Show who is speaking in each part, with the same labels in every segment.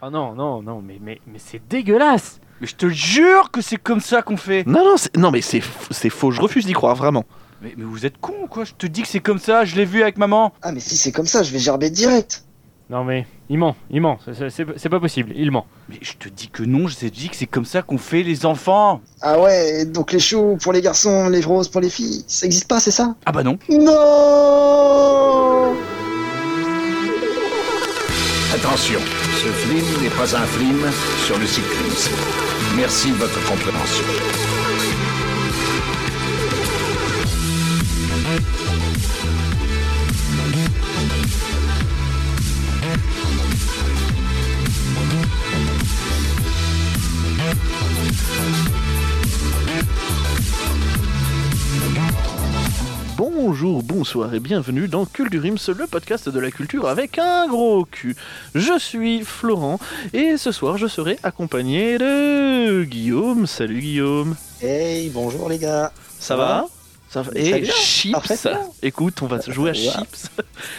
Speaker 1: Ah non, non, non, mais, mais, mais c'est dégueulasse
Speaker 2: Mais je te jure que c'est comme ça qu'on fait
Speaker 3: Non, non, c'est- non mais c'est f- c'est faux, je refuse d'y croire, vraiment.
Speaker 2: mais, mais vous êtes con ou quoi Je te dis que c'est comme ça, je l'ai vu avec maman
Speaker 4: Ah, mais si c'est comme ça, je vais gerber direct.
Speaker 1: Non mais, il ment, il ment, C'est- c'est- c'est c'est pas possible, il ment.
Speaker 2: Mais je te dis que non, je te dis que c'est comme ça qu'on fait les enfants
Speaker 4: Ah ouais, donc les choux pour les garçons, les roses pour les filles, ça existe pas, c'est ça
Speaker 2: Ah bah non
Speaker 4: Non
Speaker 5: Attention, ce film n'est pas un film sur le cyclisme. Merci de votre compréhension.
Speaker 3: Bonjour, bonsoir et bienvenue dans Culturims, le podcast de la culture avec un gros cul. Je suis Florent et ce soir je serai accompagné de Guillaume. Salut Guillaume.
Speaker 4: Hey, bonjour les gars
Speaker 3: Ça
Speaker 4: Ça
Speaker 3: va
Speaker 4: va
Speaker 3: Ça va
Speaker 4: Très
Speaker 3: Et
Speaker 4: bien,
Speaker 3: Chips
Speaker 4: parfaitement.
Speaker 3: Écoute, on va jouer à
Speaker 4: Voilà.
Speaker 3: Chips.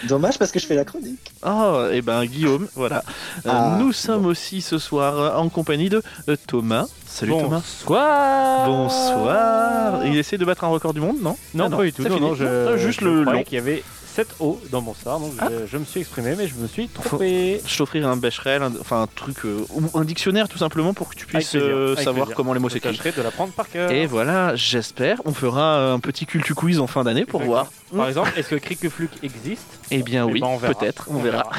Speaker 4: Dommage parce que je fais la chronique.
Speaker 3: Ah, et ben Guillaume, voilà. Euh,
Speaker 4: Ah,
Speaker 3: Nous sommes aussi ce soir en compagnie de euh, Thomas. Salut Thomas.
Speaker 1: Bonsoir
Speaker 3: Bonsoir. Il essaie de battre un record du monde, non
Speaker 1: Non,
Speaker 3: Ah
Speaker 1: pas du tout,
Speaker 3: c'est
Speaker 1: non,
Speaker 3: fini.
Speaker 1: non, je,
Speaker 3: Ah, juste
Speaker 1: je
Speaker 3: le
Speaker 1: croyais
Speaker 3: long.
Speaker 1: qu'il y avait 7 O dans mon star, donc je- je, me suis exprimé, mais je me suis trompé.
Speaker 3: Je t'offrirai un becherel, un- enfin un truc, euh, ou un dictionnaire tout simplement pour que tu puisses
Speaker 1: plaisir,
Speaker 3: euh,
Speaker 1: avec
Speaker 3: savoir
Speaker 1: plaisir.
Speaker 3: comment les mots
Speaker 1: Je
Speaker 3: s'écrivent.
Speaker 1: tâcherai de l'apprendre par cœur.
Speaker 3: Et voilà, j'espère. On fera un petit cultu quiz en fin d'année pour
Speaker 1: Exactement.
Speaker 3: voir.
Speaker 1: Par exemple, est-ce que Criquefluc existe
Speaker 3: Eh bien
Speaker 1: Eh
Speaker 3: oui,
Speaker 1: ben, on verra.
Speaker 3: peut-être, on, verra.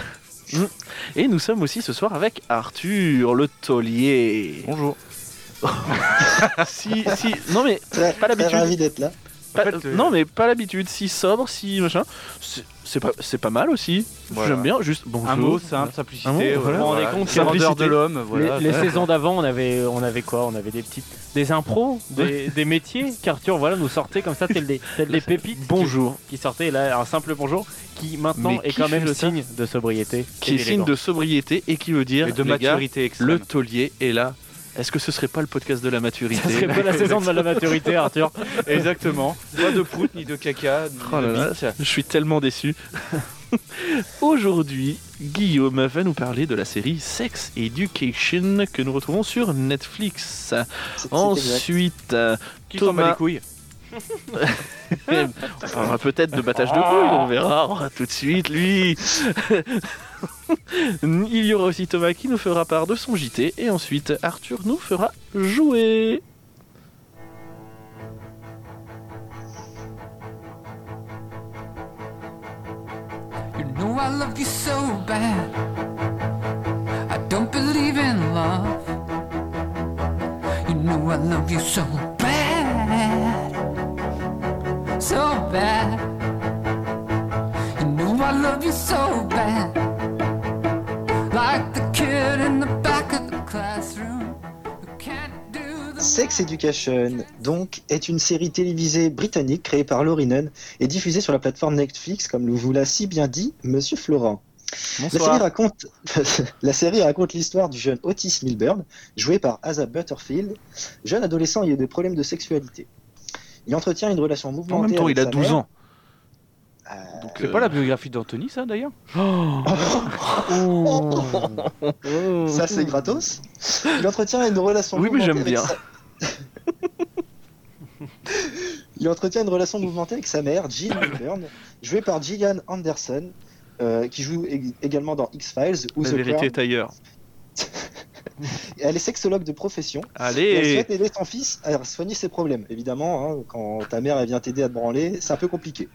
Speaker 3: Et nous sommes aussi ce soir avec Arthur, le taulier.
Speaker 1: Oh.
Speaker 2: Bonjour
Speaker 3: si, si, non mais
Speaker 4: Très,
Speaker 3: Pas l'habitude.
Speaker 4: très ravi d'être là.
Speaker 3: Pas-
Speaker 1: fait, euh,
Speaker 3: Non, mais pas l'habitude. Si sobre, si machin, c'est- c'est pas, c'est pas mal aussi.
Speaker 2: Voilà.
Speaker 3: J'aime bien, juste bonjour.
Speaker 2: Un mot simple, simplicité,
Speaker 3: Un mot,
Speaker 2: euh,
Speaker 3: Ah voilà.
Speaker 2: voilà.
Speaker 1: Vous vous rendez compte
Speaker 2: Les grandeurs
Speaker 3: Simplicité.
Speaker 2: de l'homme, voilà.
Speaker 1: les, les saisons d'avant, on avait, on avait quoi On avait des petites, des impros, des, des métiers qu'Arthur voilà nous sortait comme ça, tels des, tels des pépites.
Speaker 3: Bonjour,
Speaker 1: qui sortait et là un simple bonjour qui maintenant
Speaker 3: Mais
Speaker 1: est
Speaker 3: qui
Speaker 1: quand même
Speaker 3: fait
Speaker 1: le
Speaker 3: ça
Speaker 1: signe de sobriété
Speaker 3: qui est signe de sobriété et qui veut dire
Speaker 2: Et de
Speaker 3: les gars,
Speaker 2: maturité extrême.
Speaker 3: le taulier est là. Est-ce que ce serait pas le podcast de la maturité
Speaker 1: ça serait pas la saison de la maturité Arthur
Speaker 2: Exactement. Pas de prout, ni de caca, ni
Speaker 3: Oh là là.
Speaker 2: de bite.
Speaker 3: Je suis tellement déçu. Aujourd'hui, Guillaume va nous parler de la série Sex Education que nous retrouvons sur Netflix.
Speaker 4: C'est- c'est exact.
Speaker 3: Ensuite, euh,
Speaker 2: Qui s'en bat
Speaker 3: Thomas.
Speaker 2: les couilles
Speaker 3: on parlera peut-être de battage de
Speaker 2: Ah.
Speaker 3: couilles, on verra oh, tout de suite, lui. Il y aura aussi Thomas qui nous fera part de son JT et ensuite Arthur nous fera jouer.
Speaker 6: You know I love you so bad. I don't believe in love. You know I love you so bad. So bad. You know I love you so bad. Like the kid in the back of the classroom who can't do the
Speaker 4: Sex Education, donc, est une série télévisée britannique créée par Laurie Nunn et diffusée sur la plateforme Netflix, comme vous l'a si bien dit Monsieur Florent. La série,
Speaker 3: Bonsoir.
Speaker 4: raconte... la série raconte l'histoire du jeune Otis Milburn, joué par Asa Butterfield, jeune adolescent ayant des problèmes de sexualité. Il entretient une relation
Speaker 3: En
Speaker 4: mouvementée.
Speaker 3: même temps,
Speaker 4: avec
Speaker 3: il a
Speaker 4: sa
Speaker 3: 12
Speaker 4: mère.
Speaker 3: ans.
Speaker 4: Euh,
Speaker 3: donc,
Speaker 2: C'est
Speaker 3: euh,
Speaker 2: pas la biographie d'Anthony, ça d'ailleurs
Speaker 4: Oh, Ça, c'est gratos. Il entretient une relation
Speaker 3: Oui, mais
Speaker 4: mouvementée
Speaker 3: j'aime bien.
Speaker 4: avec sa- Il entretient une relation mouvementée avec sa mère, Jill Milburn, jouée par Gillian Anderson, euh, qui joue ég- également dans X-Files ou
Speaker 3: La
Speaker 4: The
Speaker 3: vérité
Speaker 4: Crown.
Speaker 3: est ailleurs.
Speaker 4: Elle est sexologue de profession. Et elle
Speaker 3: Allez
Speaker 4: souhaite aider son fils à soigner ses problèmes. Évidemment, hein, quand ta mère elle vient t'aider à te branler, c'est un peu compliqué.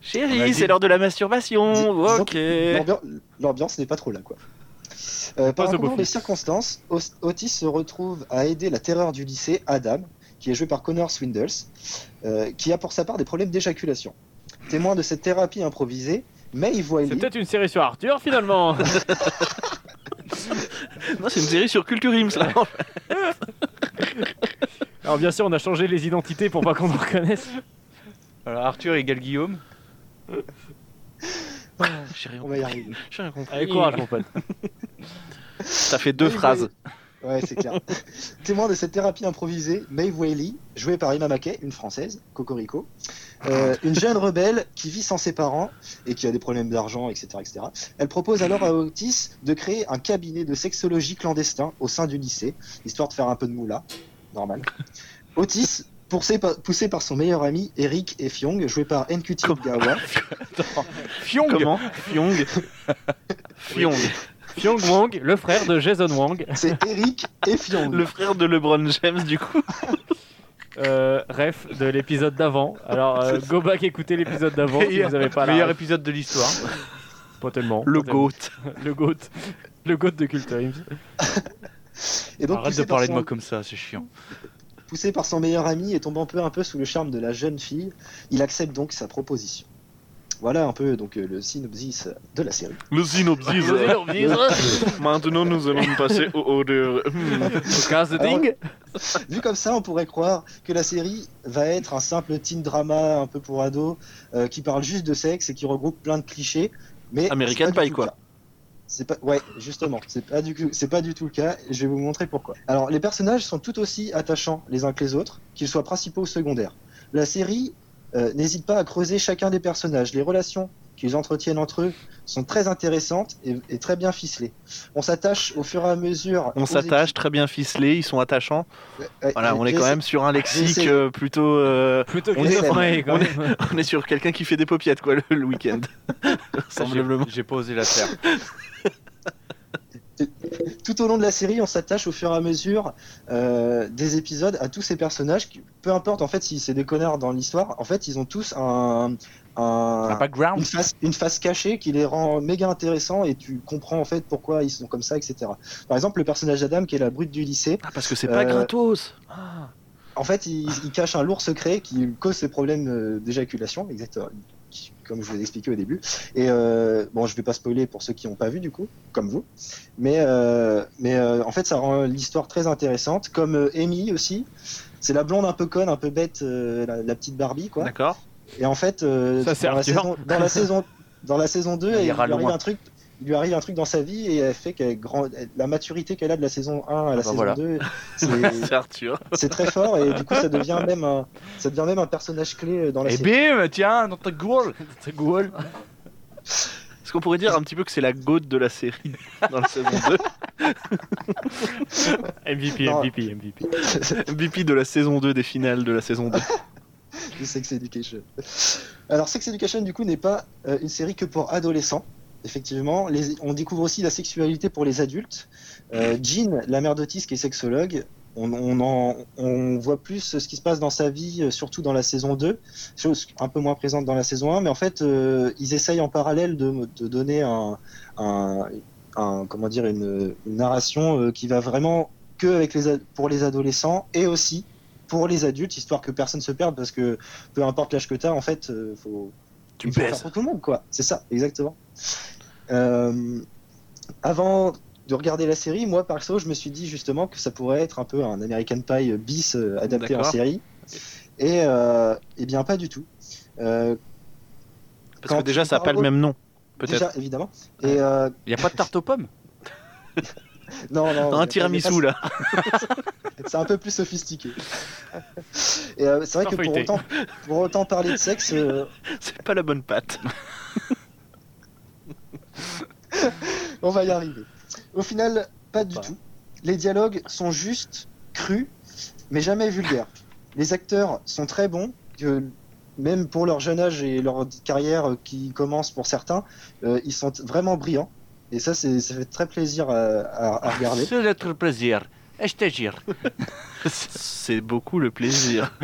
Speaker 3: Chérie, c'est l'heure de la masturbation
Speaker 4: Dis-
Speaker 3: Ok
Speaker 4: L'ambian- L'ambiance n'est pas trop là, quoi. Euh, par rapport les circonstances, Os- Otis se retrouve à aider la terreur du lycée, Adam, qui est joué par Connor Swindles, euh, qui a pour sa part des problèmes d'éjaculation. Témoin de cette thérapie improvisée, mais il voit
Speaker 1: c'est
Speaker 4: Ellie.
Speaker 1: peut-être une série sur Arthur finalement
Speaker 3: Non, c'est une série sur Culture Ims, là.
Speaker 1: alors bien sûr on a changé les identités pour pas qu'on nous reconnaisse
Speaker 2: Alors, Arthur égale Guillaume.
Speaker 3: J'ai rien
Speaker 4: On va y
Speaker 3: compris.
Speaker 4: arriver.
Speaker 3: J'ai rien compris.
Speaker 1: allez courage mon pote
Speaker 3: Ça fait deux
Speaker 4: Oui,
Speaker 3: phrases.
Speaker 4: oui. Ouais, c'est clair. Témoin de cette thérapie improvisée, Maeve Whaley, jouée par Emma Mackey, une française, Cocorico, euh, une jeune rebelle qui vit sans ses parents et qui a des problèmes d'argent, etc., etc. Elle propose alors à Otis de créer un cabinet de sexologie clandestin au sein du lycée, histoire de faire un peu de moula, normal. Otis, poussé par, poussé par son meilleur ami Eric et Fiong, joué par NQT Gawa,
Speaker 2: Fiong
Speaker 3: Comment Fiong Fiong.
Speaker 1: Pyong Wang, le frère de Jason Wang,
Speaker 4: c'est Eric et Fiong.
Speaker 3: Le frère de LeBron James, du coup.
Speaker 1: euh, ref de l'épisode d'avant. Alors, euh, go back écouter l'épisode d'avant si vous n'avez pas la
Speaker 2: meilleur
Speaker 1: ref.
Speaker 2: épisode de l'histoire.
Speaker 1: Pas tellement.
Speaker 3: Le
Speaker 1: Pas tellement.
Speaker 3: GOAT.
Speaker 1: Le GOAT. Le GOAT de Culture Ims.
Speaker 4: Et donc,
Speaker 2: Arrête
Speaker 4: poussé
Speaker 2: de
Speaker 4: par
Speaker 2: parler de
Speaker 4: son-
Speaker 2: moi comme ça, c'est chiant.
Speaker 4: Poussé par son meilleur ami et tombant peu un peu sous le charme de la jeune fille, il accepte donc sa proposition. Voilà un peu donc euh, le synopsis de la série.
Speaker 3: Le synopsis. Maintenant, nous allons passer aux odeurs. Hmm.
Speaker 1: Au cas de
Speaker 4: Alors-
Speaker 1: ding.
Speaker 4: Vu comme ça, on pourrait croire que la série va être un simple teen drama un peu pour ados euh, qui parle juste de sexe et qui regroupe plein de clichés. Mais
Speaker 3: American
Speaker 4: c'est pas du
Speaker 3: Pie,
Speaker 4: tout le
Speaker 3: quoi.
Speaker 4: cas. C'est pas ouais, justement, c'est pas du tout- c'est pas du tout le cas. et Je vais vous montrer pourquoi. Alors, les personnages sont tout aussi attachants les uns que les autres, qu'ils soient principaux ou secondaires. La série euh, n'hésite pas à creuser chacun des personnages. Les relations qu'ils entretiennent entre eux sont très intéressantes et, et très bien ficelées. On s'attache au fur et à mesure.
Speaker 3: On
Speaker 4: aux
Speaker 3: s'attache, très bien ficelé, ils sont attachants.
Speaker 4: équipes. Ouais,
Speaker 3: Voilà, on est
Speaker 4: et
Speaker 3: quand
Speaker 4: c'est-
Speaker 3: même sur un lexique
Speaker 4: J'essaie.
Speaker 3: euh, plutôt. euh,
Speaker 1: Plutôt que
Speaker 3: On est-
Speaker 1: Christophe Maé, quand
Speaker 3: on
Speaker 1: même.
Speaker 3: on est sur quelqu'un qui fait des popiettes, quoi, le, le week-end. Semblablement.
Speaker 2: J'ai pas osé la faire.
Speaker 4: tout au long de la série, on s'attache au fur et à mesure euh, des épisodes à tous ces personnages. qui- peu importe en fait si c'est des connards dans l'histoire, en fait ils ont tous un, un-
Speaker 2: Un
Speaker 4: une,
Speaker 2: background
Speaker 4: face, une face cachée qui les rend méga intéressants et tu comprends en fait pourquoi ils sont comme ça, etc. Par exemple, le personnage d'Adam qui est la brute du lycée,
Speaker 3: Ah, parce que c'est pas
Speaker 4: Euh,
Speaker 3: gratos.
Speaker 4: en fait il, il cache un lourd secret qui cause ses problèmes euh, d'éjaculation, exactement. qui- Comme je vous ai expliqué au début. Et euh, bon, je vais pas spoiler pour ceux qui n'ont pas vu du coup, comme vous. Mais, euh, mais euh, en fait, ça rend l'histoire très intéressante. Comme euh, Amy aussi. C'est la blonde un peu conne, un peu bête, euh, la, la petite Barbie, quoi.
Speaker 3: D'accord.
Speaker 4: Et en fait, euh,
Speaker 1: Ça, c'est
Speaker 4: dans, la
Speaker 1: Arthur.
Speaker 4: saison, dans, la saison, dans la saison 2,
Speaker 2: Elle
Speaker 4: il lui,
Speaker 2: ira
Speaker 4: arrive
Speaker 2: loin.
Speaker 4: un truc, il lui arrive un truc dans sa vie et elle fait qu'elle grand... la maturité qu'elle a de la saison 1 à la
Speaker 2: bah
Speaker 4: saison
Speaker 2: voilà.
Speaker 4: 2,
Speaker 3: C'est
Speaker 4: c'est-
Speaker 3: Arthur.
Speaker 4: c'est très fort et du coup, ça devient même un, ça devient même un personnage clé euh, dans la
Speaker 2: Et
Speaker 4: série.
Speaker 2: bim, Eh tiens, dans ta goule
Speaker 1: C'est Gaulle.
Speaker 3: Est-ce qu'on pourrait dire un petit peu que c'est la goutte de la série dans la saison 2
Speaker 1: MVP,
Speaker 4: Non.
Speaker 1: MVP, MVP.
Speaker 3: MVP de la saison 2 des finales de la saison 2.
Speaker 4: de Sex Education. Alors, Sex Education, du coup, n'est pas euh, une série que pour adolescents. Effectivement, Les- on découvre aussi la sexualité pour les adultes. Euh, Jean, la mère d'Otis, qui est sexologue, on, on en- on voit plus ce qui se passe dans sa vie, euh, surtout dans la saison 2, chose un peu moins présente dans la saison 1, mais en fait, euh, ils essayent en parallèle de, de donner un, un- un- comment dire, une, une narration euh, qui va vraiment que avec les, ad- pour les adolescents et aussi pour les adultes, histoire que personne se perde, parce que peu importe l'âge que t'as, en fait, euh, faut.
Speaker 3: Tu
Speaker 4: il faut
Speaker 3: baises.
Speaker 4: faire pour tout le monde, quoi. C'est ça, exactement. Euh, avant de regarder la série, moi, perso, je me suis dit justement que ça pourrait être un peu un American Pie euh, bis euh, adapté en
Speaker 3: D'accord.
Speaker 4: série. Et, euh, eh bien, pas du tout. Euh,
Speaker 3: Parce
Speaker 4: Quand
Speaker 3: que déjà,
Speaker 4: tu
Speaker 3: ça n'a pas
Speaker 4: parles
Speaker 3: le même nom. Peut-être.
Speaker 4: déjà, évidemment. Et euh,
Speaker 2: Y a pas de tarte aux pommes
Speaker 4: non, non,
Speaker 3: Un
Speaker 4: mais-
Speaker 3: tiramisu, là.
Speaker 4: C'est un peu plus sophistiqué. Et euh, c'est vrai que pour
Speaker 1: Parfaitait.
Speaker 4: autant, pour autant parler de sexe, euh,
Speaker 3: C'est pas la bonne pâte.
Speaker 4: On va y arriver. Au final, pas du
Speaker 1: Pas.
Speaker 4: tout. Les dialogues sont juste, crus, mais jamais vulgaires. Les acteurs sont très bons, que même pour leur jeune âge et leur carrière euh, qui commence pour certains, euh, ils sont vraiment brillants. Et ça, c'est, ça fait très plaisir à, à- à regarder.
Speaker 2: C'est notre plaisir. Et je te jure.
Speaker 3: C'est beaucoup le plaisir.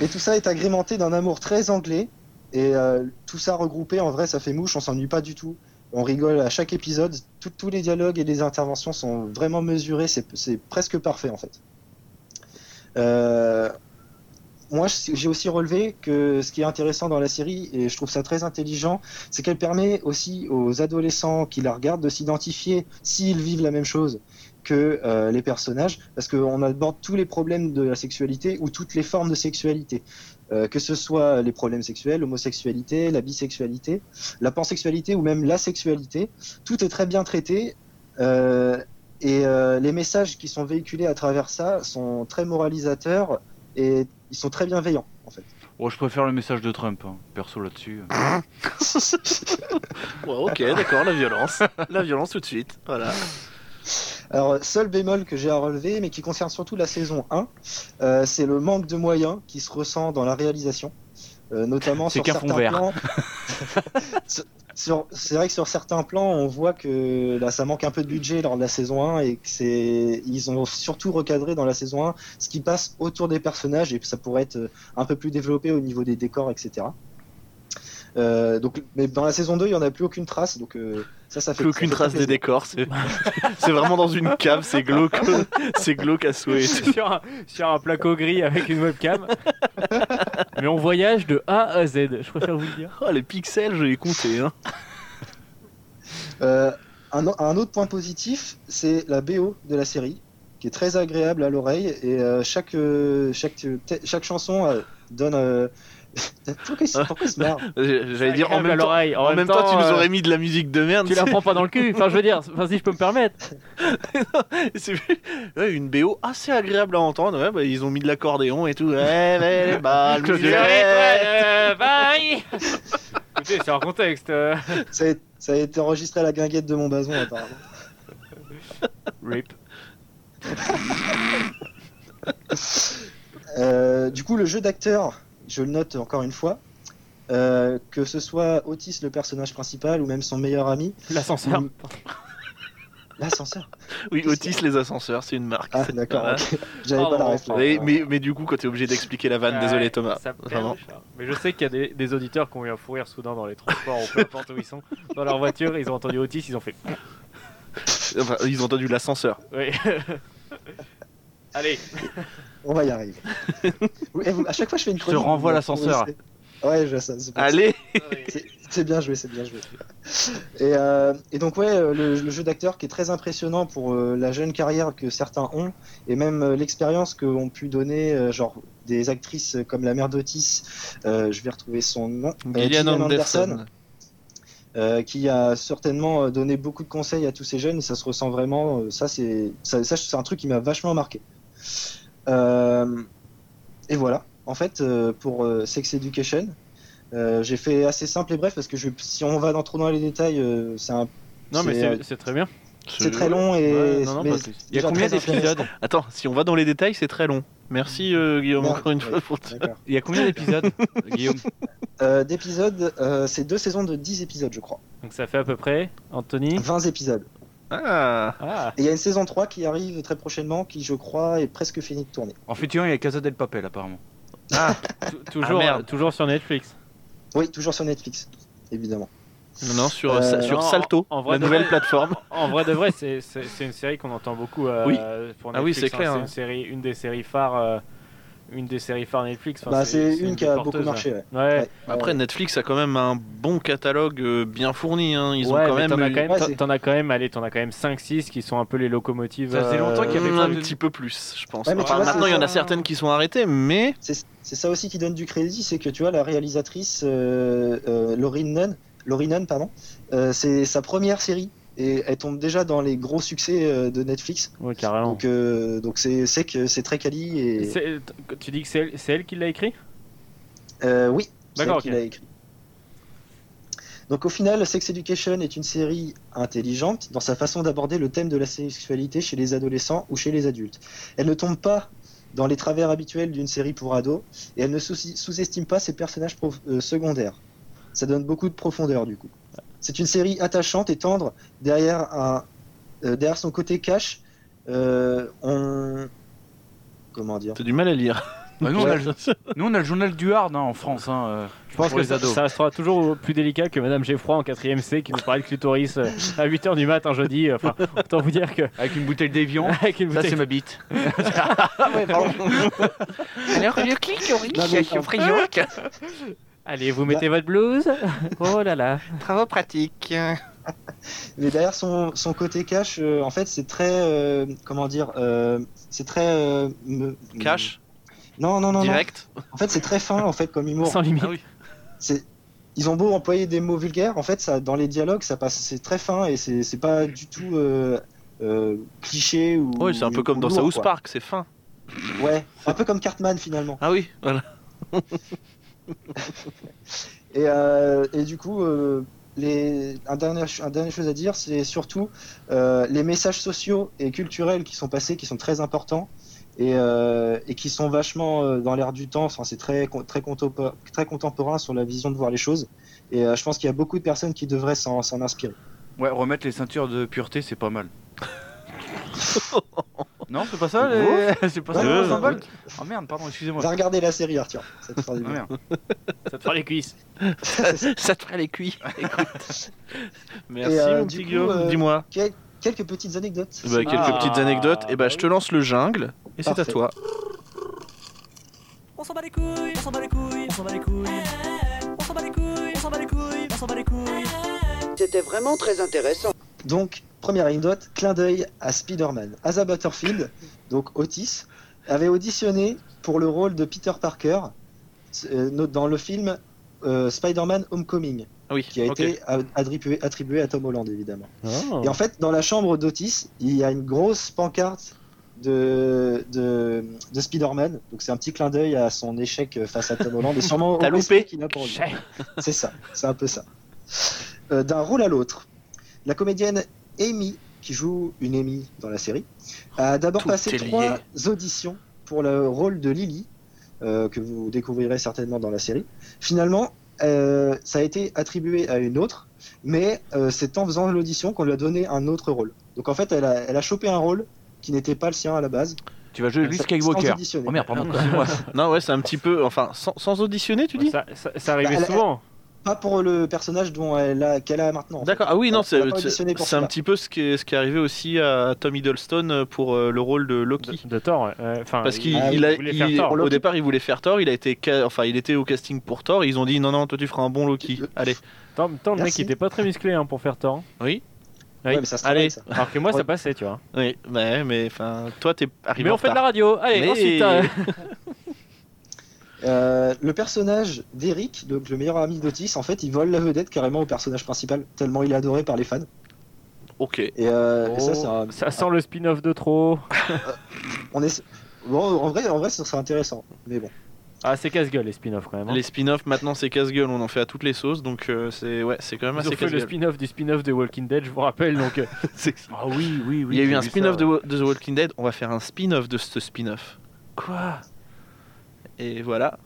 Speaker 4: Et tout ça est agrémenté d'un amour très anglais. Et euh, tout ça regroupé, en vrai, ça fait mouche, on s'ennuie pas du tout. On rigole à chaque épisode. Tout- tous les dialogues et les interventions sont vraiment mesurés. C'est c'est presque parfait, en fait. Euh, moi, je- j'ai aussi relevé que ce qui est intéressant dans la série, et je trouve ça très intelligent, c'est qu'elle permet aussi aux adolescents qui la regardent de s'identifier s'ils vivent la même chose que euh, les personnages, parce qu'on aborde tous les problèmes de la sexualité ou toutes les formes de sexualité, Euh, que ce soit les problèmes sexuels, l'homosexualité, la bisexualité, la pansexualité ou même la sexualité, tout est très bien traité. Euh, Et euh, les messages qui sont véhiculés à travers ça sont très moralisateurs et ils sont très bienveillants, en fait.
Speaker 2: Oh, je préfère le message de Trump, hein, perso là-dessus.
Speaker 3: Ouais, ok, d'accord, la violence. La violence tout de suite. Voilà.
Speaker 4: Alors, seul bémol que j'ai à relever, mais qui concerne surtout la saison 1, euh, c'est le manque de moyens qui se ressent dans la réalisation. Euh, notamment
Speaker 2: C'est
Speaker 4: sur
Speaker 2: qu'un
Speaker 4: certains
Speaker 2: fond vert.
Speaker 4: plans. Sur- sur- c'est vrai que sur certains plans, on voit que là, ça manque un peu de budget lors de la saison 1 et que c'est, ils ont surtout recadré dans la saison 1 ce qui passe autour des personnages et ça pourrait être euh, un peu plus développé au niveau des décors, etc. Euh, donc, mais dans la saison 2, il n'y en a plus aucune trace, donc euh, ça, ça fait
Speaker 3: Plus aucune
Speaker 4: ça fait
Speaker 3: trace des
Speaker 4: plaisir.
Speaker 3: décors. C'est c'est vraiment dans une cave, c'est glauque. C'est glauque à souhait.
Speaker 1: sur, un, sur un placo gris avec une webcam. Mais on voyage de A à Z, je préfère vous le dire.
Speaker 3: Oh, les pixels, je les comptais. Hein.
Speaker 4: Euh, un, o- un autre point positif, c'est la BO de la série, qui est très agréable à l'oreille. Et euh, chaque, euh, chaque, euh, te- chaque chanson euh, donne. euh, pourquoi, ils, pourquoi ils se marrent
Speaker 3: J'ai- J'allais dire en
Speaker 1: Agréable à
Speaker 3: même temps.
Speaker 1: l'oreille.
Speaker 3: En même temps, tu
Speaker 1: euh,
Speaker 3: nous aurais mis de la musique de merde.
Speaker 1: Tu la prends pas dans le cul, enfin je veux dire, enfin si je peux me permettre.
Speaker 3: C'est ouais, une BO assez agréable à entendre. Ouais, bah, ils ont mis de l'accordéon et tout. Ouais, ouais, les balles,
Speaker 1: Claude
Speaker 3: ouais,
Speaker 1: Lelouch. Euh,
Speaker 3: ouais.
Speaker 1: bye Écoutez, c'est hors contexte. euh.
Speaker 4: ça, a- ça a été enregistré à la guinguette de Montbazon, apparemment.
Speaker 1: Rip.
Speaker 4: Euh, du coup, le jeu d'acteur, je le note encore une fois. euh, que ce soit Otis, le personnage principal, ou même son meilleur ami,
Speaker 1: L'ascenseur.
Speaker 4: Mm. l'ascenseur.
Speaker 3: Oui, Otis, les ascenseurs, c'est une marque.
Speaker 4: Ah, d'accord,
Speaker 3: Voilà.
Speaker 4: ok. j'avais
Speaker 1: Pardon.
Speaker 4: pas la réflexion.
Speaker 3: Mais, mais, mais du coup, quand t'es obligé d'expliquer la vanne,
Speaker 1: Oh. Ouais,
Speaker 3: désolé Thomas.
Speaker 1: ça perd,
Speaker 3: Vraiment.
Speaker 1: ça. Mais je sais qu'il y a des, des auditeurs qui ont eu un fou rire soudain dans les transports ou peu importe où ils sont. Dans leur voiture, ils ont entendu Otis, ils ont fait.
Speaker 3: Enfin, ils ont entendu l'ascenseur.
Speaker 1: Oui. Allez,
Speaker 4: On va y arriver. Oui, et vous- à chaque fois, je fais une
Speaker 2: te
Speaker 4: chronique,
Speaker 2: renvoie
Speaker 4: vous
Speaker 2: l'ascenseur.
Speaker 4: m'autorisez. Ouais, je, ça, c'est pour ça.
Speaker 3: Allez
Speaker 4: C'est- C'est bien joué, c'est bien joué. Et, euh, et donc ouais, euh, le, le jeu d'acteur qui est très impressionnant pour euh, la jeune carrière que certains ont, et même euh, l'expérience qu'ont pu donner euh, genre des actrices comme la mère d'Otis, euh, je vais retrouver son nom, euh, Gillian euh, qui a certainement euh, donné beaucoup de conseils à tous ces jeunes et ça se ressent vraiment. euh, Ça, c'est ça, ça, c'est un truc qui m'a vachement marqué. Euh, et voilà. En fait, euh, pour euh, Sex Education, euh, j'ai fait assez simple et bref parce que je, si on va dans trop dans les détails, euh, c'est un-
Speaker 1: non mais c'est- euh, c'est très bien.
Speaker 4: c'est très long et
Speaker 3: Ouais, non, non,
Speaker 4: mais
Speaker 3: pas plus.
Speaker 2: Il y a
Speaker 4: déjà
Speaker 2: combien
Speaker 4: très intéressant.
Speaker 2: d'épisodes
Speaker 3: Attends, si on va dans les détails, c'est très long. Merci euh, Guillaume
Speaker 4: Non,
Speaker 3: encore une
Speaker 4: ouais,
Speaker 3: fois pour tout.
Speaker 4: d'accord.
Speaker 2: Il y a combien d'épisodes, Guillaume
Speaker 4: Euh, D'épisodes, euh, c'est deux saisons de 10 épisodes, je crois.
Speaker 1: Donc ça fait à peu près, Anthony.
Speaker 4: 20 épisodes.
Speaker 3: Ah
Speaker 1: Ah,
Speaker 4: Et il y a une saison 3 qui arrive très prochaitement, qui, je crois, est presque finie de tourner.
Speaker 2: En futur, il y a Casa del Papel, apparemment.
Speaker 1: t- toujours,
Speaker 3: Ah,
Speaker 1: euh,
Speaker 3: merde.
Speaker 1: toujours sur Netflix.
Speaker 4: Oui, toujours sur Netflix, évidemment.
Speaker 3: Non, non, sur,
Speaker 4: Euh,
Speaker 3: sa- sur
Speaker 1: non,
Speaker 3: Salto,
Speaker 1: en- en vrai
Speaker 3: la
Speaker 1: de
Speaker 3: nouvelle
Speaker 1: vrai-
Speaker 3: plateforme.
Speaker 1: En vrai de vrai, c'est c'est- c'est une série qu'on entend beaucoup euh,
Speaker 3: Oui.
Speaker 1: pour Netflix.
Speaker 3: Ah oui, c'est
Speaker 1: hein.
Speaker 3: clair, hein.
Speaker 1: une série, une des séries phares, euh, une des séries phares Netflix. Enfin,
Speaker 4: Bah, c'est une qui
Speaker 1: des
Speaker 4: a
Speaker 1: porteuses,
Speaker 4: beaucoup marché. ouais.
Speaker 1: Ouais. Ouais.
Speaker 4: Ouais.
Speaker 3: Après, Netflix a quand même un bon catalogue euh, bien fourni. hein. Ils
Speaker 1: Ouais,
Speaker 3: ont quand
Speaker 1: mais
Speaker 3: même,
Speaker 1: t'en as
Speaker 3: eu-
Speaker 1: quand même,
Speaker 4: Ouais,
Speaker 1: t'en-
Speaker 4: c'est-
Speaker 1: t'en as quand même, allez, t'en as quand même 5-6 qui sont un peu les locomotives. euh,
Speaker 2: Ça faisait longtemps qu'il y avait
Speaker 3: Mm,
Speaker 2: pas
Speaker 3: un
Speaker 2: de-
Speaker 3: petit peu plus, je pense.
Speaker 4: Ouais, mais tu
Speaker 3: Enfin,
Speaker 4: vois,
Speaker 3: maintenant,
Speaker 4: c'est-
Speaker 3: il y en a certaines qui sont arrêtées, mais
Speaker 4: C'est c'est ça aussi qui donne du crédit, c'est que tu vois, la réalisatrice euh, euh, Lauryn Nunn, Lauryn Nunn, pardon, euh, c'est sa première série et elle tombe déjà dans les gros succès euh, de Netflix.
Speaker 1: Ouais, carrément.
Speaker 4: Donc euh, donc c'est c'est que c'est très quali et
Speaker 1: Ah. C'est- Tu dis que c'est elle- c'est elle qui l'a écrit
Speaker 4: euh, oui, c'est
Speaker 1: D'accord,
Speaker 4: elle qui
Speaker 1: ok.
Speaker 4: l'a écrit. Donc au final, Sex Education est une série intelligente dans sa façon d'aborder le thème de la sexualité chez les adolescents ou chez les adultes. Elle ne tombe pas dans les travers habituels d'une série pour ados et elle ne souci- sous-estime pas ses personnages prof- euh, secondaires. Ça donne beaucoup de profondeur du coup. C'est une série attachante et tendre derrière, un, euh, derrière son côté cash. euh, on... Comment dire
Speaker 3: t'as du mal à lire.
Speaker 2: Bah, nous, on a le- nous, on a le journal du Hard hein, en France. hein, euh,
Speaker 1: Je pense
Speaker 2: pour
Speaker 1: que
Speaker 2: les
Speaker 1: ça,
Speaker 2: ados.
Speaker 1: ça restera toujours plus délicat que Madame Geffroy en 4ème C qui nous parlait de clitoris euh, à 8h du matin jeudi. euh, Enfin, autant vous dire que.
Speaker 2: Avec une bouteille d'évian.
Speaker 1: Avec une
Speaker 2: Ça,
Speaker 1: bouteille.
Speaker 2: c'est ma bite.
Speaker 7: Alors le clic,
Speaker 4: Non, mais-
Speaker 7: on frioque.
Speaker 1: Allez, vous mettez votre blouse. Oh là là.
Speaker 7: Travaux pratiques.
Speaker 4: Mais derrière son, son côté cash, euh, en fait, c'est très. euh, comment dire euh, C'est très. euh, me-
Speaker 3: Cash,
Speaker 4: Non, non, non, non.
Speaker 3: direct.
Speaker 4: En fait, c'est très fin, en fait, comme humour.
Speaker 1: Sans limite.
Speaker 3: Ah oui.
Speaker 4: C'est- Ils ont beau employer des mots vulgaires, en fait, ça, dans les dialogues, ça passe. C'est très fin et c'est c'est pas du tout. euh, euh, euh, cliché ou.
Speaker 3: Ouais, c'est un peu comme dans
Speaker 4: ou lourd,
Speaker 3: South
Speaker 4: quoi.
Speaker 3: Park, c'est fin.
Speaker 4: Ouais, un peu comme Cartman finalement.
Speaker 3: Ah oui, voilà.
Speaker 4: Et, euh, et du coup, euh, les, un, dernier, ch- un dernier chose à dire, c'est surtout euh, les messages sociaux et culturels qui sont passés, qui sont très importants et, euh, et qui sont vachement euh, dans l'air du temps. Enfin, c'est très, con- très, contempo- très contemporain sur la vision de voir les choses. Et euh, je pense qu'il y a beaucoup de personnes qui devraient s'en s'en inspirer.
Speaker 2: Ouais, remettre les ceintures de pureté, c'est pas mal. non, c'est pas ça les-
Speaker 3: Oh.
Speaker 2: C'est pas ça
Speaker 4: Ouais,
Speaker 2: les
Speaker 4: ouais,
Speaker 2: symboles Ah merde, pardon, excusez-moi.
Speaker 4: Va regarder la série, Arthur. Ça te fera du
Speaker 2: Ah,
Speaker 4: bien.
Speaker 2: merde.
Speaker 1: Ça te fera les cuisses.
Speaker 7: Ça te fera les cuits.
Speaker 3: Merci,
Speaker 4: euh,
Speaker 3: mon
Speaker 4: du
Speaker 3: petit
Speaker 4: coup,
Speaker 3: Guillaume.
Speaker 4: euh,
Speaker 3: Dis-moi.
Speaker 4: Quel- quelques petites anecdotes.
Speaker 3: Bah, quelques
Speaker 1: Ah,
Speaker 3: petites anecdotes. Et bah, je te lance le jungle. Et c'est à
Speaker 4: Parfait.
Speaker 3: toi.
Speaker 8: On s'en bat les couilles, on s'en bat les couilles, on s'en bat les couilles. On s'en bat les couilles, on s'en bat les couilles, on s'en bat les couilles.
Speaker 9: C'était vraiment très intéressant.
Speaker 4: Donc, première anecdote, clin d'œil à Spider-Man. Asa Butterfield, donc Otis, avait auditionné pour le rôle de Peter Parker euh, dans le film euh, Spider-Man Homecoming,
Speaker 3: Ah oui,
Speaker 4: qui a
Speaker 3: ok.
Speaker 4: été a- attribué, attribué à Tom Holland, évidemment.
Speaker 1: Oh.
Speaker 4: Et en fait, dans la chambre d'Otis, il y a une grosse pancarte de, de, de Spider-Man. Donc, c'est un petit clin d'œil à son échec face à Tom Holland. Et sûrement
Speaker 3: T'as
Speaker 4: au
Speaker 3: loupé.
Speaker 4: respect qu'il a pour lui. C'est ça, c'est un peu ça. Euh, D'un rôle à l'autre, la comédienne Amy, qui joue une Amy dans la série, a d'abord
Speaker 7: Tout
Speaker 4: passé
Speaker 7: est lié.
Speaker 4: trois auditions pour le rôle de Lily, euh, que vous découvrirez certainement dans la série. Finalement, euh, ça a été attribué à une autre, mais euh, c'est en faisant l'audition qu'on lui a donné un autre rôle. Donc en fait, elle a, elle a chopé un rôle qui n'était pas le sien à la base.
Speaker 2: Tu vas jouer Luke
Speaker 4: sans-
Speaker 2: Skywalker.
Speaker 4: sans auditionner.
Speaker 2: Oh merde, pardon, excusez-moi.
Speaker 3: Non, ouais, c'est un petit peu. Enfin, sans, sans auditionner, tu dis
Speaker 1: Ça, ça, ça arrivait
Speaker 4: Bah, elle-
Speaker 1: souvent.
Speaker 4: Pas pour le personnage dont elle a, qu'elle a maintenant. en fait.
Speaker 3: D'accord. Ah oui, non,
Speaker 4: Elle
Speaker 3: c'est
Speaker 4: a pas auditionné pour
Speaker 3: c'est un
Speaker 4: cela.
Speaker 3: petit peu ce qui est, ce qui est arrivé aussi à Tom Hiddleston pour euh, le rôle de Loki.
Speaker 1: De, de tort. ouais. Euh, Enfin,
Speaker 3: Parce qu'il
Speaker 1: il-
Speaker 4: Ah,
Speaker 3: il a,
Speaker 1: il voulait faire
Speaker 3: il-
Speaker 1: Thor.
Speaker 3: au
Speaker 4: Loki.
Speaker 3: départ, il voulait faire Thor. Il a été, ca- enfin, il était au casting pour Thor. et ils ont dit non, non, toi tu feras un bon Loki. Ah, Allez,
Speaker 1: tant, tant le mec
Speaker 4: Merci.
Speaker 1: il était pas très musclé hein, pour faire tort.
Speaker 4: Ouais, mais ça se
Speaker 3: Allez.
Speaker 4: travaille, ça.
Speaker 1: Alors que moi ça passait, tu vois.
Speaker 3: oui, mais mais enfin, toi t'es arrivé
Speaker 1: Mais
Speaker 3: en
Speaker 1: on fait de
Speaker 3: retard.
Speaker 1: la radio. Allez,
Speaker 3: Mais-
Speaker 1: ensuite. euh,
Speaker 4: Euh, le personnage d'Eric, donc le meilleur ami d'Otis, en fait, il vole la vedette carrément au personnage principal, tellement il est adoré par les fans.
Speaker 3: Ok.
Speaker 4: Et, euh, et ça,
Speaker 1: oh,
Speaker 4: c'est un-
Speaker 1: ça sent le spin-off de trop.
Speaker 4: on est... bon, en vrai, en vrai, ça serait intéressant. Mais bon,
Speaker 1: Ah, c'est casse-gueule les spin-offs quand même. hein.
Speaker 3: Les spin-offs maintenant c'est casse-gueule. On en fait à toutes les sauces. Donc euh, c'est ouais, c'est quand même
Speaker 1: Ils ont
Speaker 3: assez
Speaker 1: fait le
Speaker 3: casse-gueule.
Speaker 1: spin-off du spin-off de Walking Dead, je vous rappelle. Donc, euh,
Speaker 3: C'est-
Speaker 1: ah oui, oui, oui.
Speaker 3: il y a
Speaker 1: j'ai
Speaker 3: eu un
Speaker 1: vu ça,
Speaker 3: spin-off
Speaker 1: ouais.
Speaker 3: de, Wa- de The Walking Dead. On va faire un spin-off de ce spin-off. Quoi Et voilà.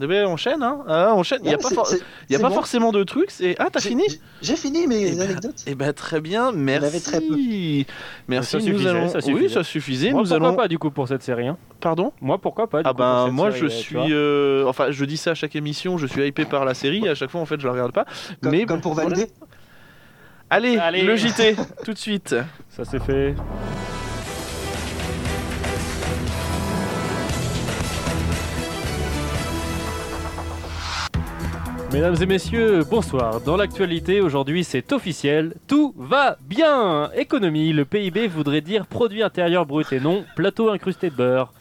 Speaker 3: Eh ben, on enchaîne, hein ah, on enchaîne. Il n'y a
Speaker 4: Non,
Speaker 3: pas,
Speaker 4: c'est-
Speaker 3: for-
Speaker 4: c'est-
Speaker 3: il y a
Speaker 4: c'est
Speaker 3: pas
Speaker 4: bon.
Speaker 3: forcément de trucs. C'est ah, t'as
Speaker 4: J'ai-
Speaker 3: fini
Speaker 4: j'ai- J'ai fini mes
Speaker 3: Eh ben,
Speaker 4: anecdotes.
Speaker 3: Eh ben très bien, merci.
Speaker 4: avait très peu.
Speaker 3: Merci.
Speaker 1: Ça
Speaker 3: nous
Speaker 1: suffisait,
Speaker 3: allons.
Speaker 1: ça
Speaker 3: oui,
Speaker 1: suffisait.
Speaker 3: ça suffisait.
Speaker 1: Moi,
Speaker 3: nous
Speaker 1: pourquoi
Speaker 3: allons.
Speaker 1: pas du coup pour cette série hein
Speaker 3: Pardon
Speaker 1: Moi, pourquoi pas du
Speaker 3: Ah
Speaker 1: coup, pour
Speaker 3: ben
Speaker 1: cette
Speaker 3: moi
Speaker 1: série,
Speaker 3: je
Speaker 1: euh, tu vois
Speaker 3: suis. euh, Enfin, je dis ça à chaque émission. Je suis hypé par la série. À chaque fois, en fait, je la regarde pas.
Speaker 4: Comme,
Speaker 3: mais
Speaker 4: comme pour valider.
Speaker 3: Allez,
Speaker 1: Allez.
Speaker 3: le JT tout de suite.
Speaker 1: Ça c'est fait. Mesdames et messieurs, bonsoir. Dans l'actualité, aujourd'hui c'est officiel, tout va bien Économie, le PIB voudrait dire produit intérieur brut et non plateau incrusté de beurre.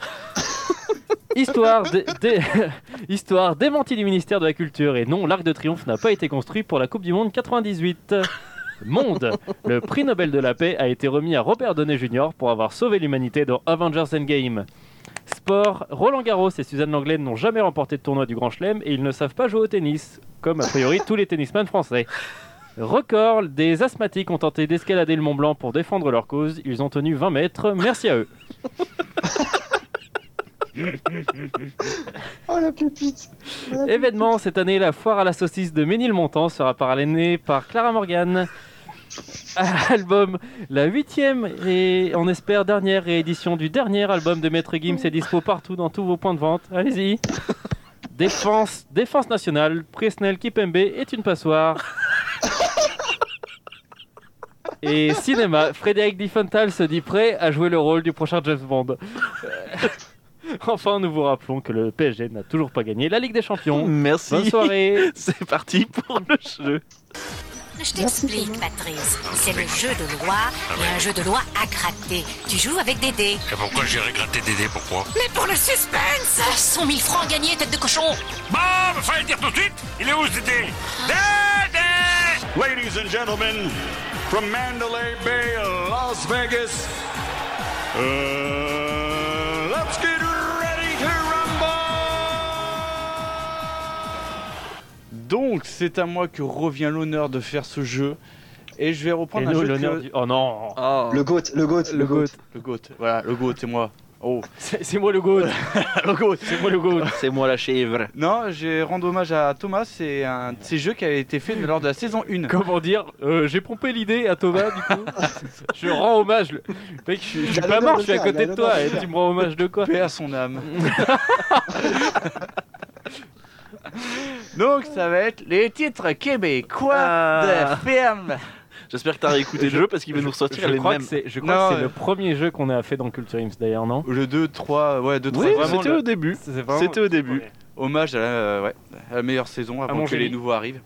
Speaker 1: Histoire, dé- dé- Histoire démentie du ministère de la Culture et non, l'Arc de Triomphe n'a pas été construit pour la Coupe du Monde 98. Monde le prix Nobel de la paix a été remis à Robert Downey Jr. pour avoir sauvé l'humanité dans Avengers Endgame. Sport, Roland Garros et Suzanne Langlais n'ont jamais remporté de tournoi du Grand Chelem et ils ne savent pas jouer au tennis, comme a priori tous les tennisman français. Record, des asthmatiques ont tenté d'escalader le Mont Blanc pour défendre leur cause, ils ont tenu 20 mètres, merci à eux.
Speaker 4: Oh la pépite Oh, la
Speaker 1: Événement, cette année, la foire à la saucisse de Ménilmontant sera parrainée par Clara Morgan. Album, la huitième et on espère dernière réédition du dernier album de Maître Gims est dispo partout dans tous vos points de vente. Allez-y. Défense, défense nationale, Presnel Kipembe est une passoire. Et cinéma, Frédéric Diffenthal se dit prêt à jouer le rôle du prochain James Bond. Euh, Enfin, nous vous rappelons que le PSG n'a toujours pas gagné la Ligue des Champions.
Speaker 3: Merci.
Speaker 1: Bonne soirée.
Speaker 3: C'est parti pour le jeu.
Speaker 10: Je t'explique, Patrice. C'est le jeu de loi et un jeu de loi à gratter. Tu joues avec des dés.
Speaker 5: Ah Et pourquoi j'irai gratter des dés Pourquoi
Speaker 10: Mais pour le suspense 100 000 francs gagnés, tête de cochon
Speaker 5: Bon, il fallait le dire tout de suite Il est où ce dé Dé, dé Ladies and gentlemen,
Speaker 11: From Mandalay Bay, Las Vegas, uh, let's get ready to
Speaker 2: Donc, c'est à moi que revient l'honneur de faire ce jeu. Et je vais reprendre
Speaker 1: Et nous,
Speaker 2: un jeu
Speaker 1: l'honneur
Speaker 2: que-
Speaker 1: du- Oh non
Speaker 2: Ah.
Speaker 4: Le goat, le goat,
Speaker 2: Le goat, le goat. Voilà, le goat, c'est moi. Oh.
Speaker 1: C'est moi le goat.
Speaker 2: le goat.
Speaker 1: C'est moi le goat.
Speaker 3: C'est moi la chèvre.
Speaker 2: Non, je rends hommage à Thomas. C'est un de ces jeux qui avait été fait lors de la saison 1.
Speaker 1: Comment dire Euh, J'ai pompé l'idée à Thomas, du coup. je rends hommage. Le Mec, je, suis- je suis
Speaker 2: Il a
Speaker 1: pas
Speaker 2: l'honneur
Speaker 1: mort,
Speaker 2: de
Speaker 1: je suis à
Speaker 2: faire, il a
Speaker 1: côté de
Speaker 2: l'honneur
Speaker 1: toi.
Speaker 2: de
Speaker 1: Et
Speaker 2: faire.
Speaker 1: tu me rends hommage de quoi
Speaker 2: Paix à son âme. Donc, ça va être les titres québécois
Speaker 12: Ah.
Speaker 2: de films.
Speaker 12: J'espère que t'as réécouté le jeu parce qu'il va nous ressortir
Speaker 1: je
Speaker 12: les
Speaker 1: crois
Speaker 12: mêmes.
Speaker 1: Que c'est- je crois que c'est le premier jeu qu'on a fait dans Culture Ims d'ailleurs, non
Speaker 2: Le 2, 3, ouais, 2, 3.
Speaker 1: Oui,
Speaker 2: vraiment
Speaker 1: c'était
Speaker 2: le-
Speaker 1: au début.
Speaker 2: c'est vraiment
Speaker 1: C'était au
Speaker 2: le
Speaker 1: début.
Speaker 2: premier. Hommage à la, euh, ouais, à la meilleure saison avant
Speaker 1: mon
Speaker 2: que les
Speaker 1: génie.
Speaker 2: nouveaux arrivent.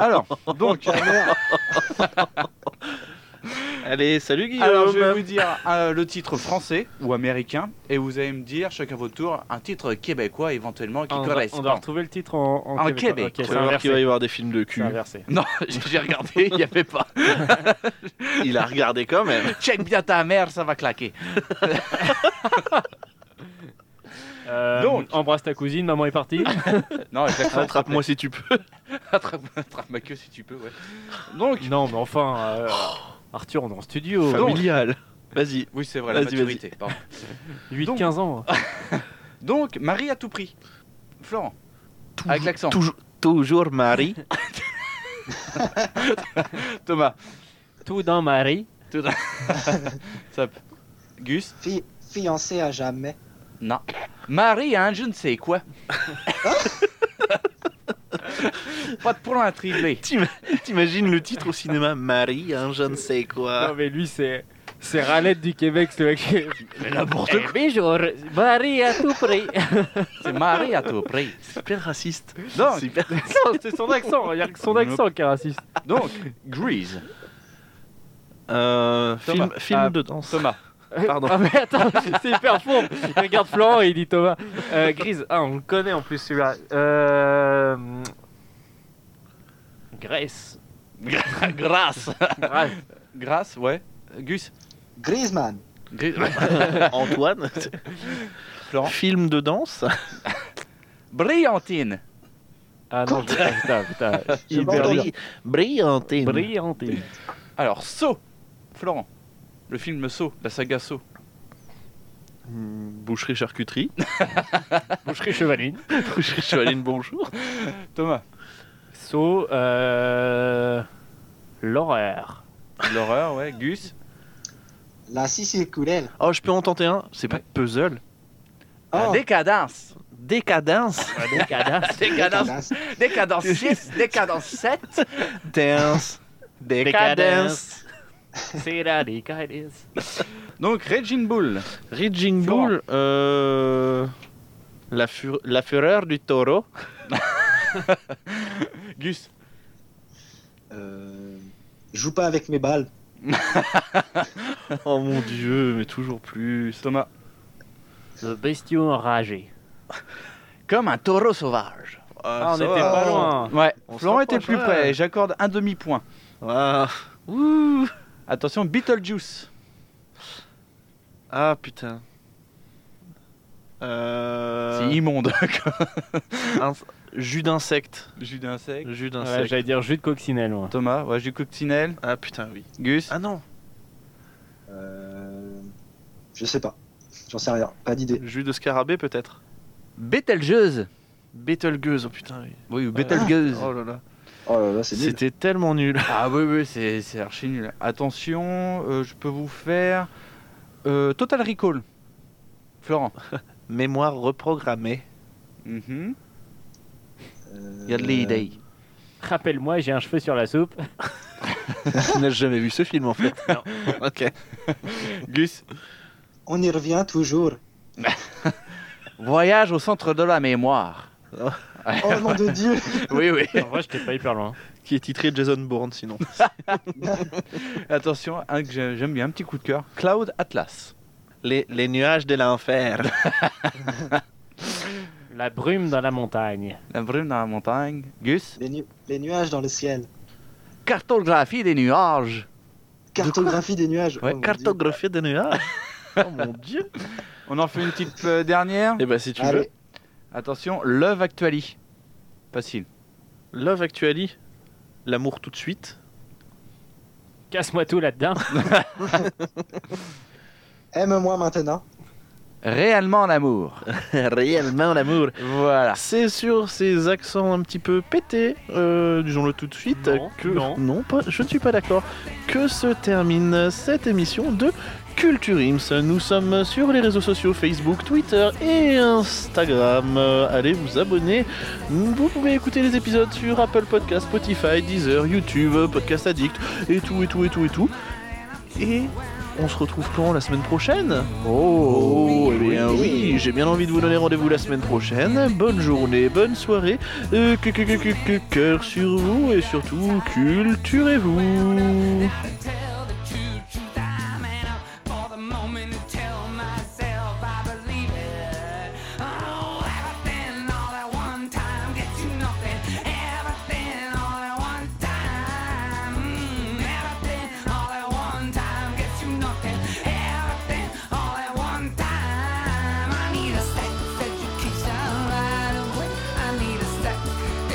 Speaker 2: Alors, donc.
Speaker 3: Allez, salut Guillaume.
Speaker 2: Alors, je vais vous dire euh, le titre français ou américain, et vous allez me dire chacun votre tour un titre québécois éventuellement qui
Speaker 1: Ah, on, doit,
Speaker 2: correspond.
Speaker 1: on doit retrouver le titre en, en,
Speaker 2: En
Speaker 1: québécois.
Speaker 2: Québec.
Speaker 1: Ok, c'est
Speaker 2: Tu vas voir
Speaker 1: inversé.
Speaker 2: qu'il va y avoir
Speaker 3: des films de cul.
Speaker 1: C'est inversé.
Speaker 2: Non, j'ai regardé, il n'y avait pas.
Speaker 3: Il a regardé quand même.
Speaker 2: Check bien ta mère, ça va claquer.
Speaker 1: Euh,
Speaker 2: Donc.
Speaker 1: embrasse ta cousine, maman est partie.
Speaker 2: Non, exactement.
Speaker 1: Attrape-moi
Speaker 2: si tu peux. attrape, attrape ma queue si tu peux, ouais. Donc.
Speaker 1: Non, mais enfin, euh, Arthur, on est en studio.
Speaker 2: Familial.
Speaker 3: Vas-y.
Speaker 2: Oui, c'est vrai, la
Speaker 1: Vas-y, vas-y.
Speaker 2: maturité. pardon.
Speaker 1: 8-15 ans.
Speaker 2: Donc, Marie à tout prix. Florent. avec l'accent.
Speaker 3: Toujours, toujours Marie.
Speaker 2: Thomas.
Speaker 1: Tout dans Marie.
Speaker 2: Tout dans... Top. Gus.
Speaker 4: Fi- fiancé à jamais.
Speaker 2: Non. Marie a un je ne sais quoi. Pas de point à tripler.
Speaker 3: T'im- T'imagines le titre au cinéma Marie, hein, je ne sais
Speaker 1: Non,
Speaker 3: quoi.
Speaker 1: mais lui, c'est. C'est Ralette du Québec, ce mec.
Speaker 3: Mais n'importe quoi.
Speaker 1: Eh, Bonjour, Marie à tout prix.
Speaker 2: C'est Marie à tout prix.
Speaker 3: C'est hyper raciste.
Speaker 2: Donc,
Speaker 3: C'est hyper-
Speaker 1: Non, c'est son accent, il y a que son accent qui est raciste.
Speaker 2: donc Grease.
Speaker 3: Euh,
Speaker 2: Thomas.
Speaker 3: film film
Speaker 2: Ah,
Speaker 3: de danse.
Speaker 2: Thomas.
Speaker 3: Pardon.
Speaker 1: Ah, mais attends, c'est hyper fourbe. Il regarde Florent et il dit Thomas. Euh, Grise, ah, on le connaît en plus celui-là. Euh. Grèce.
Speaker 2: Grâce.
Speaker 1: Grèce.
Speaker 2: Grâce, ouais. Gus.
Speaker 4: Griezmann.
Speaker 2: Grease.
Speaker 3: Antoine.
Speaker 2: Florent.
Speaker 3: film de danse.
Speaker 2: Brillantine.
Speaker 1: Ah non, je putain, putain.
Speaker 3: Il
Speaker 1: Hyper dur.
Speaker 3: brille. Brillantine.
Speaker 1: Brillante.
Speaker 2: Alors, Saut. Florent. Le film Saut, la saga Saut.
Speaker 3: Hmm, Boucherie charcuterie.
Speaker 1: Boucherie chevaline.
Speaker 3: Boucherie chevaline bonjour.
Speaker 2: Thomas.
Speaker 1: Saut. euh. L'horreur.
Speaker 2: L'horreur, ouais. Gus.
Speaker 4: La Sicile Coulel.
Speaker 3: Oh, je peux en tenter un. C'est pas
Speaker 2: Ouais.
Speaker 3: puzzle.
Speaker 2: La
Speaker 4: Oh,
Speaker 2: décadence.
Speaker 3: Décadence.
Speaker 1: La décadence.
Speaker 2: Décadence. Décadence 6, décadence 7.
Speaker 3: Dance. Décadence.
Speaker 1: C'est la décadence.
Speaker 2: Donc, Regine Bull.
Speaker 3: Raging Bull. euh, La, fu- la fureur du taureau.
Speaker 2: Gus.
Speaker 4: euh, joue pas avec mes balles.
Speaker 3: Oh mon dieu, mais toujours plus.
Speaker 2: Thomas.
Speaker 1: Le bestiau enragé.
Speaker 2: Comme un taureau sauvage.
Speaker 1: Ah, on
Speaker 3: ça
Speaker 1: était
Speaker 3: va.
Speaker 1: pas loin.
Speaker 2: Ouais,
Speaker 3: On
Speaker 2: Florent
Speaker 3: se
Speaker 2: était
Speaker 3: rapproche,
Speaker 2: plus
Speaker 3: ouais.
Speaker 2: près et j'accorde un demi-point.
Speaker 3: Ah. Ouh.
Speaker 2: Attention, Beetlejuice.
Speaker 3: Ah putain. Euh...
Speaker 2: C'est immonde.
Speaker 3: un- Jus d'insecte.
Speaker 2: Jus d'insecte.
Speaker 3: Jus
Speaker 1: Ouais,
Speaker 3: d'insecte.
Speaker 1: J'allais dire jus de coccinelle, moi.
Speaker 2: Thomas, ouais, du coccinelle.
Speaker 3: ah putain, oui.
Speaker 2: Gus.
Speaker 3: Ah non.
Speaker 4: Euh, je sais pas. J'en sais rien. Pas d'idée.
Speaker 3: Jus de scarabée peut-être.
Speaker 2: Betelgeuse.
Speaker 3: Betelgeuse, oh putain, oui.
Speaker 2: Oui, ou Betelgeuse.
Speaker 3: Oh là là.
Speaker 4: Oh là là, c'est nul.
Speaker 3: C'était tellement nul.
Speaker 2: Ah oui, oui, c'est c'est archi nul. Attention, euh, je peux vous faire euh, Total Recall. Florent.
Speaker 3: Mémoire reprogrammée.
Speaker 2: Mhm.
Speaker 4: Euh,
Speaker 3: Il y a de l'idée.
Speaker 1: Rappelle-moi, j'ai un cheveu sur la soupe.
Speaker 3: Tu n'as jamais vu ce film en fait. Non. ok.
Speaker 2: Gus.
Speaker 4: On y revient toujours.
Speaker 2: Voyage au centre de la mémoire.
Speaker 4: Oh nom de Dieu
Speaker 2: Oui, oui.
Speaker 1: En vrai, j'étais pas hyper loin.
Speaker 3: Qui est titré Jason Bourne sinon.
Speaker 2: Attention, un que j'ai- j'aime bien, un petit coup de cœur. Cloud Atlas.
Speaker 3: Les, les nuages de l'enfer.
Speaker 1: La brume dans la montagne.
Speaker 2: La brume dans la montagne. Gus.
Speaker 4: les, nu- les nuages dans le ciel.
Speaker 2: Cartographie des nuages.
Speaker 4: Cartographie des nuages. Oh
Speaker 3: Ouais, cartographie des nuages. oh mon dieu.
Speaker 2: On en fait une petite euh, dernière
Speaker 3: Eh ben, si tu veux.
Speaker 2: Attention, Love Actually. Facile.
Speaker 3: Love Actually, l'amour tout de suite.
Speaker 1: Casse-moi tout là-dedans.
Speaker 4: Aime-moi maintenant.
Speaker 2: Réellement l'amour.
Speaker 3: Réellement l'amour.
Speaker 2: Voilà.
Speaker 3: C'est sur ces accents un petit peu pétés, euh, disons-le tout de suite,
Speaker 1: Non,
Speaker 3: que
Speaker 1: non.
Speaker 3: pas, je ne suis pas d'accord, que se termine cette émission de Culture Ims. Nous sommes sur les réseaux sociaux Facebook, Twitter et Instagram. Euh, Allez vous abonner. Vous pouvez écouter les épisodes sur Apple Podcast, Spotify, Deezer, YouTube, Podcast Addict et tout et tout et tout et tout. Et on se retrouve quand la semaine prochaine Oh, eh bien oui, j'ai bien envie de vous donner rendez-vous la semaine prochaine. Bonne journée, bonne soirée. Euh, que- que- que- que- que- cœur sur vous et surtout, culturez-vous.
Speaker 6: tell the true truth. I'm in up for the moment to tell myself I believe it. Oh, everything all at one time gets you nothing. Everything all at one time. Mm, everything all at one time gets you nothing. Everything all at one time. I need a sex education right away. I need a sex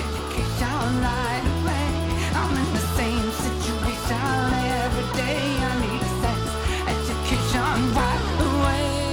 Speaker 6: education right away. I'm in the same situation every day. I need a sex education right away.